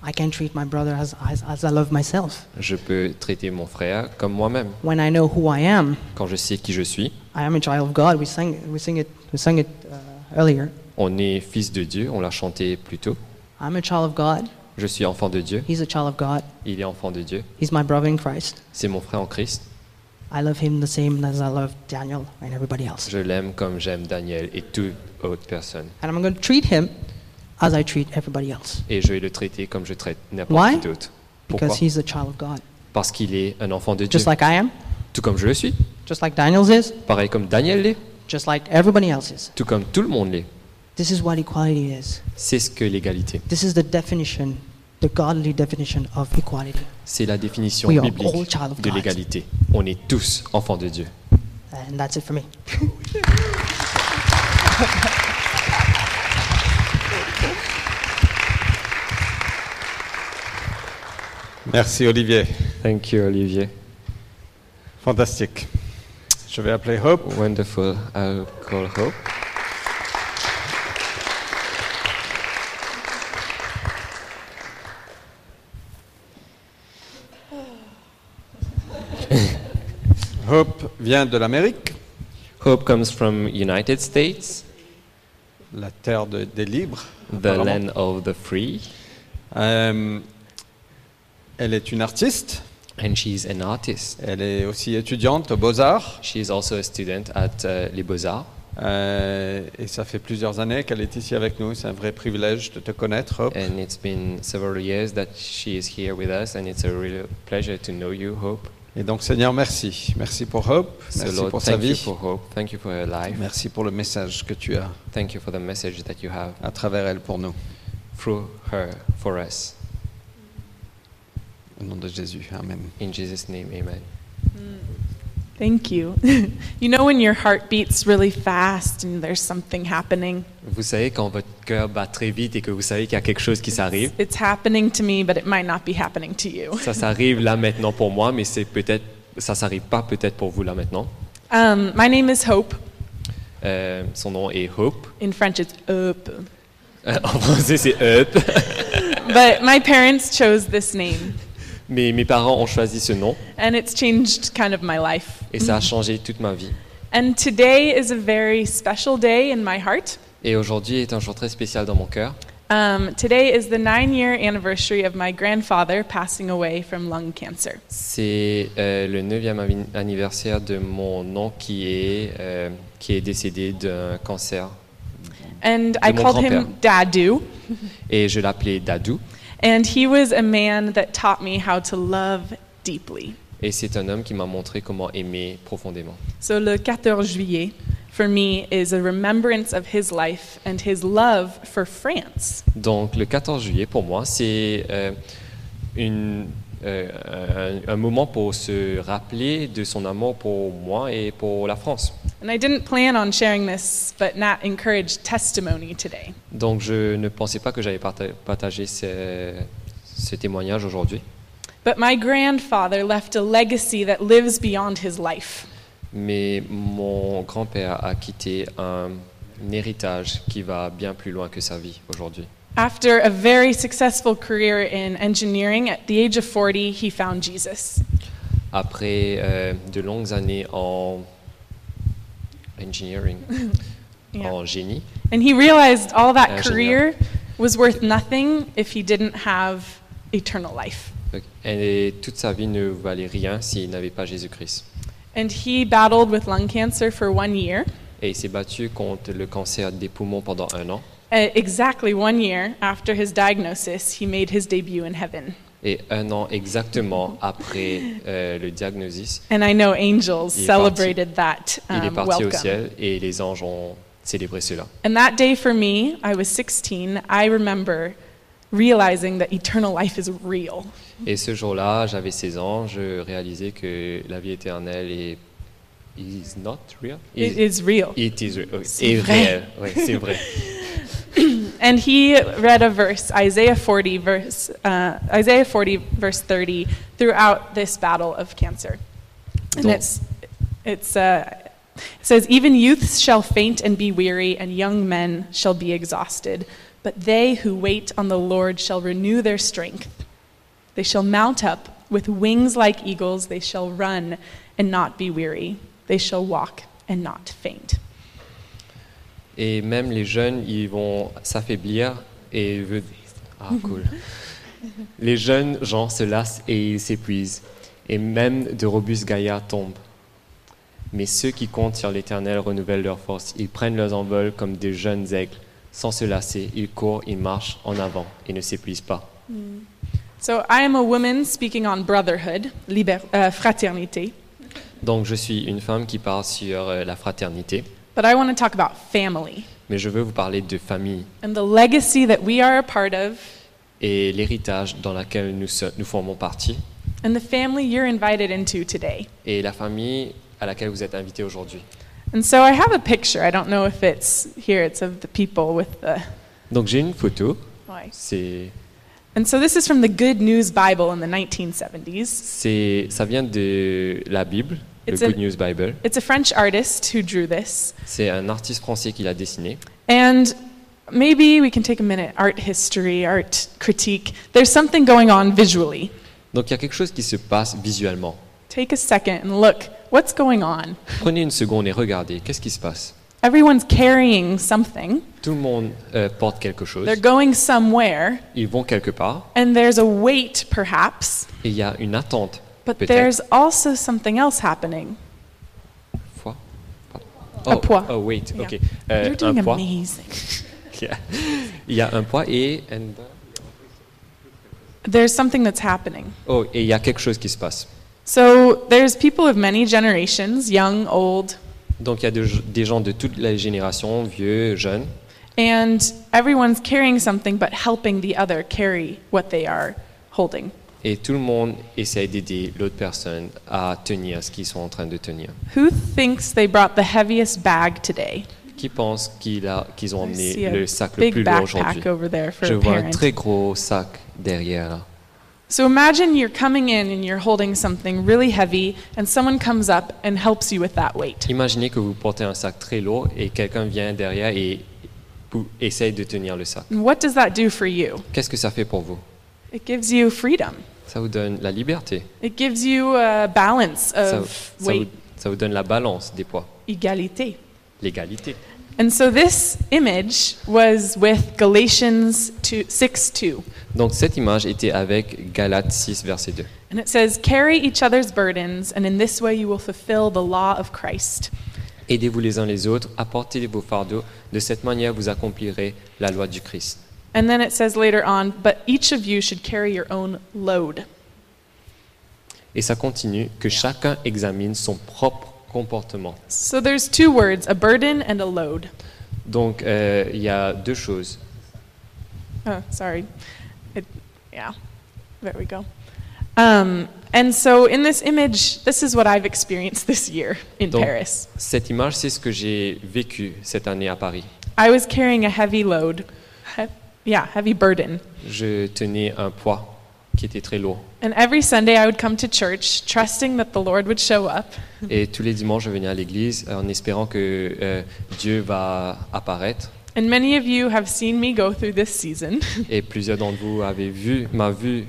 D: I can treat my brother as, as, as I love myself.
B: je peux traiter mon frère comme moi-même.
D: When I know who I am,
B: Quand je sais qui je suis,
D: I am a child of God. We sang, we sing it, we sang it uh, earlier.
B: on est fils de Dieu, on l'a chanté plus tôt.
D: I'm a child of God.
B: Je suis enfant de Dieu,
D: He's a child of God.
B: il est enfant de Dieu,
D: He's my brother in Christ.
B: c'est mon frère en Christ.
D: I love him the same as I love Daniel and everybody else.
B: Je l'aime comme j'aime Daniel et toute autre personne.
D: and I'm going to treat him as I treat everybody else
B: Et je vais le traiter comme je traite n'importe
D: Why?
B: qui d'autre. Pourquoi
D: because he's a child of God,
B: Parce qu'il est un enfant de Dieu,
D: just like I am,
B: tout comme je le suis,
D: just like Daniel's is,
B: pareil comme Daniel l'est,
D: just like everybody else is.
B: tout comme tout le monde l'est.
D: This is what equality is.
B: C'est ce que l'égalité.
D: This is the definition, the godly definition of equality.
B: C'est la définition
D: We are all
B: biblique
D: child of
B: de
D: God.
B: l'égalité. On est tous enfants de Dieu.
D: And that's it for me.
C: Merci Olivier.
B: Thank you, Olivier.
C: Fantastique. Je vais appeler Hope.
B: Wonderful. I'll call Hope.
C: Hope vient de l'Amérique,
B: Hope comes from United States,
C: la terre de- des libres.
B: the
C: apparemment.
B: land of the free,
C: Euh, elle est une artiste.
B: and she's an artist.
C: Elle est aussi étudiante aux Beaux-Arts.
B: She is also a student at uh, Les Beaux-Arts.
C: Euh, et ça fait plusieurs années qu'elle est ici avec nous. C'est un vrai privilège de te connaître, Hope.
B: And it's been several years that she is here with us, and it's a real pleasure to know you, Hope.
C: Et donc, Seigneur, merci. Merci pour Hope.
B: So,
C: Merci
B: Lord,
C: pour sa
B: thank you
C: vie.
B: for Hope. Thank you for her life.
C: Merci pour le message que tu as
B: Thank you for the message that you have
C: à travers elle pour nous.
B: through her for us.
C: Au nom de Jésus. Amen.
B: In Jesus' name, amen.
E: Thank you. you know when your heart beats really fast and there's something happening?
B: Vous savez quand votre cœur bat très vite et que vous savez qu'il y a quelque chose qui s'arrive.
E: It's happening to me, but it might not be happening to you.
B: Ça s'arrive là maintenant pour moi, mais c'est peut-être ça s'arrive pas peut-être pour vous là maintenant.
E: Um, my name is Hope.
B: Euh, son nom est Hope.
E: In French, it's Hope.
B: Euh, en français, c'est Hope.
E: But my parents chose this name,
B: Mais mes parents ont choisi ce nom
E: and it's changed kind of my life.
B: et ça a changé toute ma vie.
E: And today is a very special day in my heart.
B: Et aujourd'hui est un jour très spécial dans mon cœur.
E: Um, today is the nine year anniversary of my grandfather passing away from lung cancer.
B: C'est euh, le 9e avi- anniversaire de mon oncle qui est, euh, qui est décédé d'un cancer.
E: And I
B: mon
E: called him Dadu.
B: Et je l'appelais Dadou.
E: And he was a man that taught me how to love deeply.
B: Et c'est un homme qui m'a montré comment aimer profondément.
E: So, le 14 juillet, for me, is a remembrance of his life and his love for France.
B: Donc le 14 juillet, pour moi, c'est euh, une- euh, un, un moment pour se rappeler de son amour pour moi et pour la France.
E: And I didn't plan on sharing this, but Nat encouraged testimony today.
B: Donc je ne pensais pas que j'allais parta- partager ce, ce témoignage aujourd'hui.
E: But my grandfather left a legacy that lives beyond his life.
B: Mais mon grand-père a quitté un, un héritage qui va bien plus loin que sa vie aujourd'hui.
E: After a very successful career in engineering, at the age of 40, he found Jesus.
B: Après euh, de longues années en engineering,
E: Yeah.
B: en génie,
E: And he realized all that
B: Ingénieur.
E: career was worth nothing if he didn't have eternal life.
B: Donc, euh, elle est- toute sa vie ne valait rien s'il n'avait pas Jésus-Christ.
E: And he battled with lung cancer for one year,
B: Et il s'est battu contre le cancer des poumons pendant un an.
E: Uh, exactly one year after his diagnosis, he made his debut in heaven.
B: Et un an exactement après euh, le diagnostic,
E: And I know angels
B: Il est parti.
E: celebrated that
B: il est
E: um,
B: parti au
E: welcome.
B: ciel et les anges ont célébré cela.
E: And that day for me, I was 16, I remember realizing that eternal life is real.
B: Et ce jour-là, j'avais 16 ans, je réalisais que la vie éternelle est is not real.
E: It is real.
B: It is real.
E: C'est
B: Est
E: vrai.
B: réel. Oui, c'est vrai.
E: And he read a verse, Isaiah 40, verse, uh, Isaiah 40, verse 30, throughout this battle of cancer. And
B: Donc-
E: it's, it's, uh, it says, Even youths shall faint and be weary, and young men shall be exhausted. But they who wait on the Lord shall renew their strength. They shall mount up with wings like eagles. They shall run and not be weary. They shall walk and not faint.
B: Et même les jeunes, ils vont s'affaiblir et veut- ah cool. Les jeunes gens se lassent et ils s'épuisent, et même de robustes gaillards tombent. Mais ceux qui comptent sur l'Éternel renouvellent leur force. Ils prennent leurs envols comme des jeunes aigles, sans se lasser. Ils courent, ils marchent en avant et ne s'épuisent pas.
E: So I am a woman speaking on brotherhood, liber- uh, fraternité,
B: Donc je suis une femme qui parle sur euh, la fraternité,
E: but I want to talk about family
B: mais je veux vous parler de famille
E: and the legacy that we are a part of
B: et l'héritage dans laquelle nous, se- nous formons partie.
E: and the family you're invited into today.
B: et la famille à laquelle vous êtes invité aujourd'hui.
E: And so I have a picture. I don't know if it's here. It's of the people with the
B: Donc j'ai une photo,
E: like,
B: c'est
E: And so this is from the Good News Bible in the 1970s.
B: C'est, ça vient de la Bible,
E: It's
B: le
E: a-
B: Good News Bible.
E: It's a French artist who drew this.
B: C'est un artiste français qui l'a dessiné.
E: And maybe we can take a minute art history, art critique. There's something going on visually.
B: Donc il y a quelque chose qui se passe visuellement.
E: Take a second and look what's going on.
B: Prenez une seconde et regardez, qu'est-ce qui se passe
E: Everyone's carrying something,
B: Tout le monde euh, porte quelque chose,
E: they're going somewhere,
B: ils vont quelque part,
E: and there's a weight perhaps,
B: et il y a une attente,
E: but
B: peut-être.
E: there's also something else happening.
B: Foi- Pardon.
E: Un
B: Oh,
E: poids.
B: Oh, wait,
E: Yeah.
B: ok. Euh,
E: You're
B: un
E: doing
B: poids.
E: amazing.
B: Yeah. Il y a un poids et... and- uh,
E: There's something that's happening.
B: Oh, et il y a quelque chose qui se passe.
E: So there's people of many generations, young, old,
B: Donc il y a de- des gens de toutes les générations, vieux, jeunes,
E: and everyone's carrying something but helping the other carry what they are holding.
B: et tout le monde essaie d'aider l'autre personne à tenir ce qu'ils sont en train de tenir.
E: Who thinks they brought the heaviest bag today?
B: Qui pense qu'il a- qu'ils ont
E: I see
B: emmené
E: a
B: le sac le
E: big
B: plus lourd aujourd'hui
E: backpack over there for
B: Je
E: a
B: vois un
E: parent.
B: très gros sac derrière là.
E: So imagine you're coming in and you're holding something really heavy, and someone comes up and helps you with that weight.
B: Imaginez que vous portez un sac très lourd et quelqu'un vient derrière et pou- essaye de tenir le sac.
E: And what does that do for you?
B: Qu'est-ce que ça fait pour vous
E: It gives you freedom.
B: Ça vous donne la liberté.
E: It gives you a balance
B: Ça,
E: of
B: ça vous,
E: weight
B: ça vous donne la balance des poids,
E: equality.
B: l'égalité.
E: And so this image was with Galatians 2, 6 2.
B: Donc cette image était avec Galates 6, verset 2.
E: And it says, Carry each other's burdens, and in this way you will fulfill the law of Christ.
B: Aidez-vous les uns les autres, apportez vos fardeaux, de cette manière vous accomplirez la loi du Christ.
E: And then it says later on, But each of you should carry your own load.
B: Et ça continue, que chacun examine son propre comportement.
E: So there's two words, a burden and a load.
B: Donc euh, il y a deux choses.
E: Oh, sorry. It, yeah, there we go. Um, and so in this image, this is what I've experienced this year in
B: Donc-
E: Paris.
B: Cette image, c'est ce que j'ai vécu cette année à Paris.
E: I was carrying a heavy load. He- yeah, heavy burden.
B: Je tenais un poids qui était très lourd.
E: And every Sunday I would come to church trusting that the Lord would show up.
B: Et tous les dimanches, je venais à l'église euh, en espérant que euh, Dieu va apparaître.
E: And many of you have seen me go through this season.
B: Et plusieurs d'entre vous avez vu, m'a vu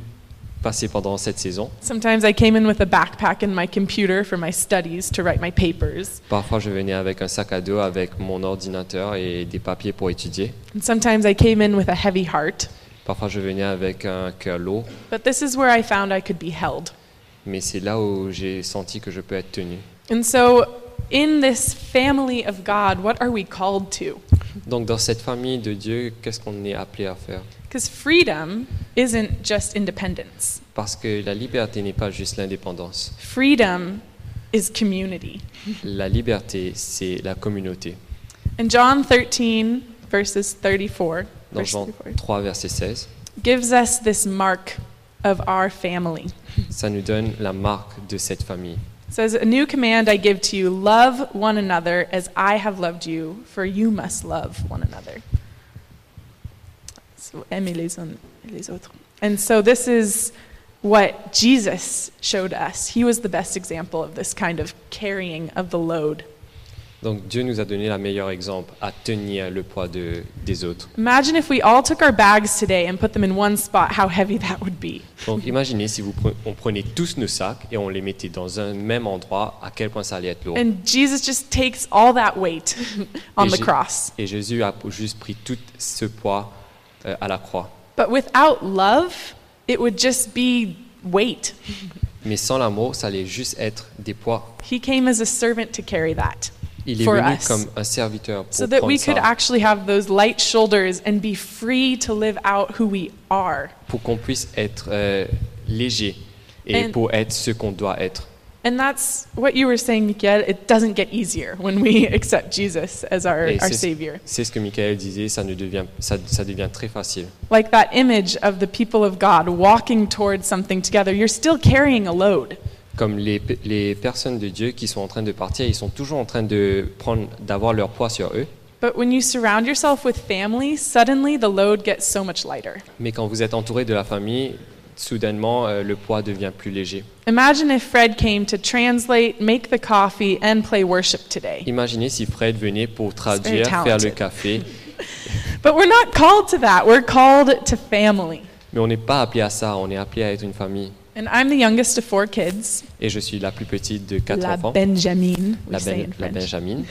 B: passer pendant cette saison.
E: Sometimes I came in with a backpack and my computer for my studies to write my papers.
B: Parfois, je venais avec un sac à dos, avec mon ordinateur et des papiers pour étudier.
E: And sometimes I came in with a heavy heart.
B: Parfois, je venais avec un cœur lourd.
E: But this is where I found I could be held.
B: Mais c'est là où j'ai senti que je peux être tenu.
E: And so, in this family of God, what are we called to?
B: Donc, dans cette famille de Dieu, qu'est-ce qu'on est appelé à faire
E: Because freedom isn't just independence,
B: Parce que la liberté n'est pas juste l'indépendance.
E: freedom is community.
B: La liberté, c'est la communauté.
E: And John 13, verses 34,
B: Dans
E: verse
B: Jean
E: 34,
B: 3, verset 16,
E: gives us this mark of our family.
B: ça nous donne la marque de cette famille.
E: It says, A new command I give to you love one another as I have loved you, for you must love one another. So, aimer les uns et les autres. And so, this is what Jesus showed us. He was the best example of this kind of carrying of the load.
B: Donc Dieu nous a donné la meilleure exemple à tenir le poids de- des autres.
E: Imagine if we all took our bags today and put them in one spot, how heavy that would be.
B: Donc imaginez si vous pre- on prenait tous nos sacs et on les mettait dans un même endroit, à quel point ça allait être lourd.
E: And Jesus just takes all that weight on
B: Et
E: the
B: Jé-
E: cross.
B: Et Jésus a juste pris tout ce poids euh, à la croix.
E: But without love, it would just be weight.
B: Mais sans l'amour, ça allait juste être des poids.
E: He came as a servant to carry that
B: Il est
E: for
B: venu
E: us.
B: comme un serviteur pour
E: so that we
B: prendre
E: could
B: ça,
E: actually have those light shoulders and be free to live out who we are.
B: pour qu'on puisse être euh, léger et
E: And-
B: pour être ce qu'on doit être.
E: And that's what you were saying, Miguel. It doesn't get easier when we accept Jesus as our,
B: Et
E: our
B: c'est-
E: Savior.
B: C'est ce que Michael disait, ça, ne devient, ça, ça devient très facile.
E: Like that image of the people of God walking towards something together, you're still carrying a load.
B: Comme les, pe- les personnes de Dieu qui sont en train de partir, ils sont toujours en train de prendre, d'avoir leur poids sur eux.
E: But when you surround yourself with family, suddenly the load gets so much lighter.
B: Mais quand vous êtes entouré de la famille, soudainement, euh, le poids devient plus léger.
E: Imagine if Fred came to translate, make the coffee, and play worship today.
B: Imaginez si Fred venait pour
E: very
B: traduire, faire le
E: talented.
B: café,
E: But we're not called to that. We're called to family.
B: mais on n'est pas appelé à ça, on est appelé à être une famille.
E: And I'm the youngest of four kids,
B: Et je suis la plus petite de quatre
E: la
B: enfants,
E: Benjamin, we
B: la,
E: say
B: Ben-
E: in
B: la
E: French.
B: Benjamin.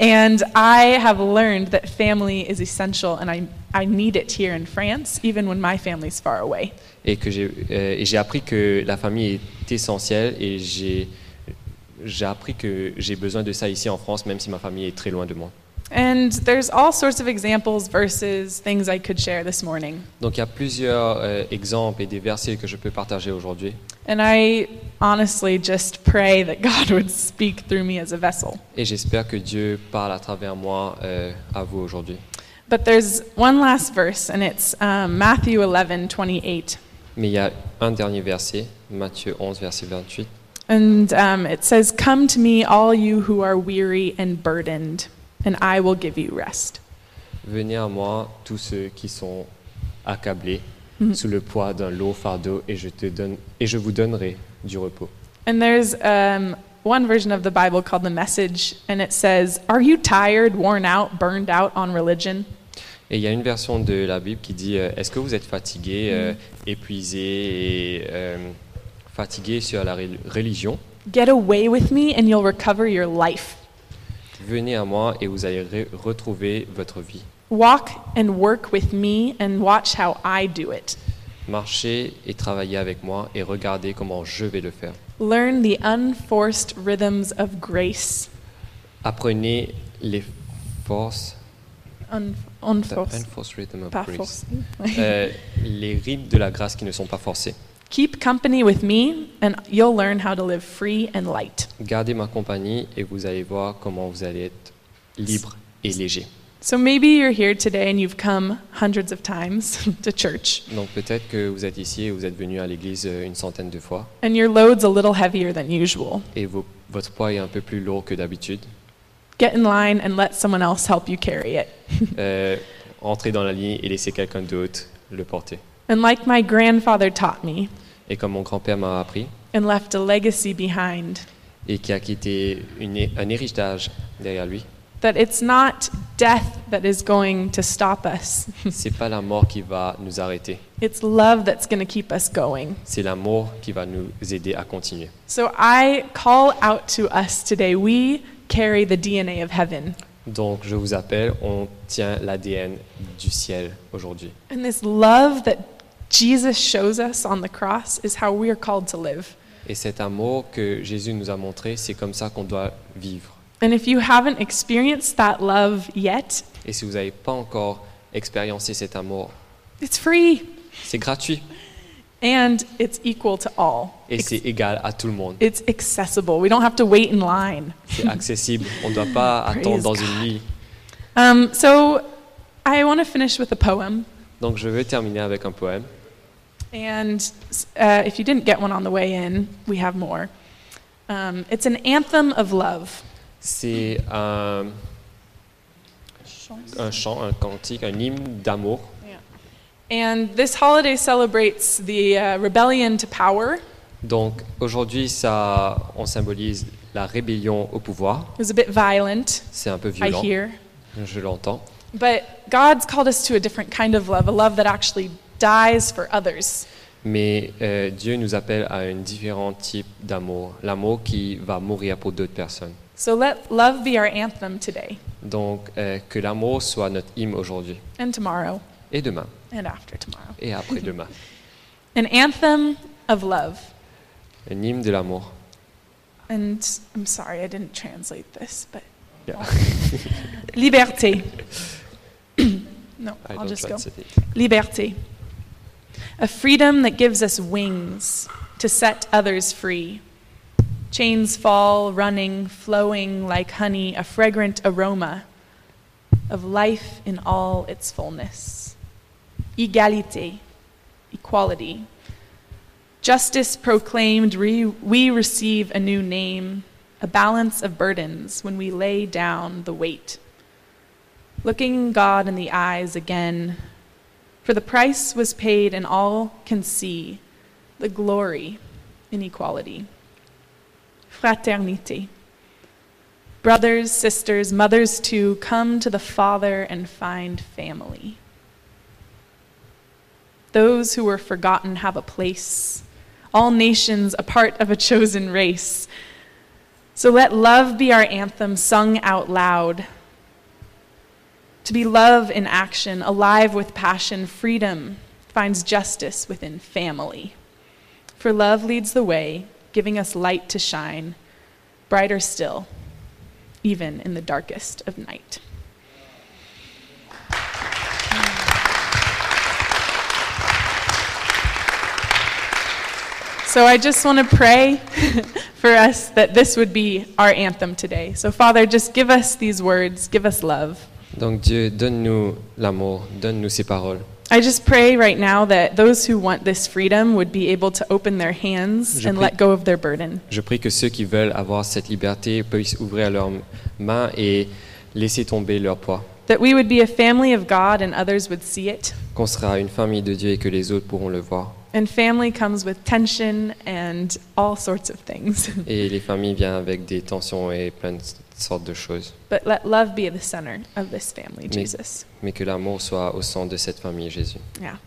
E: And I have learned that family is essential, and I, I need it here in France, even when my family's far away.
B: et que j'ai euh, et j'ai appris que la famille est essentielle et j'ai j'ai appris que j'ai besoin de ça ici en France même si ma famille est très loin de moi.
E: And there's all sorts of examples, verses, things I could share this morning.
B: Donc il y a plusieurs euh, exemples et des versets que je peux partager aujourd'hui
E: And I honestly just pray that God would speak through me as a vessel.
B: et j'espère que Dieu parle à travers moi euh, à vous aujourd'hui.
E: But there's one last verse, and it's um, Matthew 11:28.
B: Mais il y a un dernier verset, Matthieu 11 verset 28
E: And um, it says, Come to me, all you who are weary and burdened, and I will give you rest.
B: Venez à moi tous ceux qui sont accablés sous le poids d'un lourd fardeau et je te donne et je vous donnerai du repos.
E: And there's um, one version of the Bible called the Message, and it says, Are you tired, worn out, burned out on religion?
B: Et il y a une version de la Bible qui dit euh, Est-ce que vous êtes fatigué, euh, épuisé et euh, fatigué sur la ré- religion
E: Get away with me, and you'll recover your life.
B: Venez à moi et vous allez re- retrouver votre vie.
E: Walk and work with me, and watch how I do it.
B: Marchez et travaillez avec moi et regardez comment je vais le faire.
E: Learn the unforced rhythms of grace.
B: Apprenez les forces,
E: Un-
B: the
E: unforced.
B: unforced rhythm of
E: Pas
B: grace.
E: forcé.
B: Euh, les rites de la grâce qui ne sont pas forcés.
E: Keep company with me, and you'll learn how to live free and light.
B: Gardez ma compagnie et vous allez voir comment vous allez être libre et léger.
E: So maybe you're here today and you've come hundreds of times to church,
B: Donc peut-être que vous êtes ici et vous êtes venu à l'église euh, une centaine de fois
E: and your load's a little heavier than usual.
B: et vos- votre poids est un peu plus lourd que d'habitude.
E: Get in line and let someone else help you carry it.
B: Euh, entrez dans la ligne et laissez quelqu'un d'autre le porter.
E: And like my grandfather taught me,
B: Et comme mon grand-père m'a appris
E: and left a legacy behind,
B: et qui a quitté une hé- un héritage derrière lui,
E: that it's not death that is going to stop us,
B: c'est pas la mort qui va nous arrêter,
E: it's love that's going to keep us going.
B: c'est l'amour qui va nous aider à continuer.
E: So I call out to us today we carry the DNA of heaven.
B: Donc je vous appelle, on tient l'ADN du ciel aujourd'hui.
E: And this love that Jesus shows us on the cross is how we are called to live.
B: Et cet amour que Jésus nous a montré, c'est comme ça qu'on doit vivre.
E: And if you haven't experienced that love yet,
B: Et si vous n'avez pas encore expériencé cet amour,
E: it's free
B: c'est gratuit
E: and it's equal to all.
B: et
E: It's,
B: c'est égal à tout le monde.
E: it's accessible. We don't have to wait in line.
B: C'est accessible. On ne doit pas
E: Praise
B: attendre dans une
E: God.
B: nuit.
E: Um, so I want to finish with a poem.
B: Donc je veux terminer avec un poème.
E: And uh, if you didn't get one on the way in, we have more. Um, it's an anthem of love.
B: C'est un, un chant, un cantique, un hymne d'amour.
E: And this holiday celebrates the uh, rebellion to power.
B: Donc aujourd'hui, ça, on symbolise la rébellion au pouvoir.
E: It was a bit violent,
B: C'est un peu
E: I
B: violent,
E: hear.
B: je l'entends.
E: But God's called us to a different kind of love, a love that actually dies for others.
B: Mais euh, Dieu nous appelle à un différent type d'amour, l'amour qui va mourir pour d'autres personnes.
E: So let love be our anthem today
B: Donc euh, que l'amour soit notre hymne aujourd'hui
E: and tomorrow
B: et demain
E: and after tomorrow.
B: et après-demain.
E: An anthem of love.
B: Un hymne de l'amour.
E: And I'm sorry I didn't translate this, but.
B: Yeah.
E: Liberté. no,
B: I
E: I'll
B: don't
E: just go.
B: translate it.
E: Liberté. A freedom that gives us wings to set others free. Chains fall, running, flowing like honey, a fragrant aroma of life in all its fullness. Egalité, equality. Justice proclaimed, re- we receive a new name, a balance of burdens when we lay down the weight looking God in the eyes again. For the price was paid, and all can see the glory in equality. Fraternité. Brothers, sisters, mothers too, come to the Father and find family. Those who were forgotten have a place, all nations a part of a chosen race. So let love be our anthem sung out loud. To be love in action, alive with passion, freedom finds justice within family. For love leads the way, giving us light to shine, brighter still, even in the darkest of night. So I just want to pray for us that this would be our anthem today. So, Father, just give us these words, give us love.
B: Donc Dieu, donne-nous l'amour, donne-nous ces paroles.
E: I just pray right now that those who want this freedom would be able to open their hands
B: Je
E: and
B: prie.
E: let go of their burden.
B: Je prie que ceux qui veulent avoir cette liberté puissent ouvrir leurs mains et laisser tomber leur poids.
E: That we would be a family of God and others would see it.
B: Qu'on sera une famille de Dieu et que les autres pourront le voir.
E: And family comes with tension and all sorts of things.
B: Et les familles viennent avec des tensions et plein de sortes de choses.
E: but let love be the center of this family, Jesus.
B: Mais que l'amour soit au centre de cette famille, Jésus.
E: Yeah.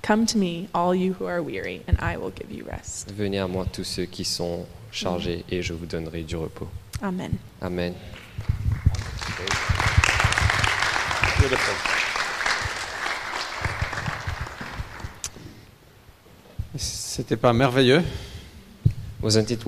E: Come to me, all you who are weary, and I will give you rest.
B: Venez à moi tous ceux qui sont chargés et je vous donnerai du repos.
E: Amen.
B: Amen.
C: C'était pas merveilleux
B: Wasn't it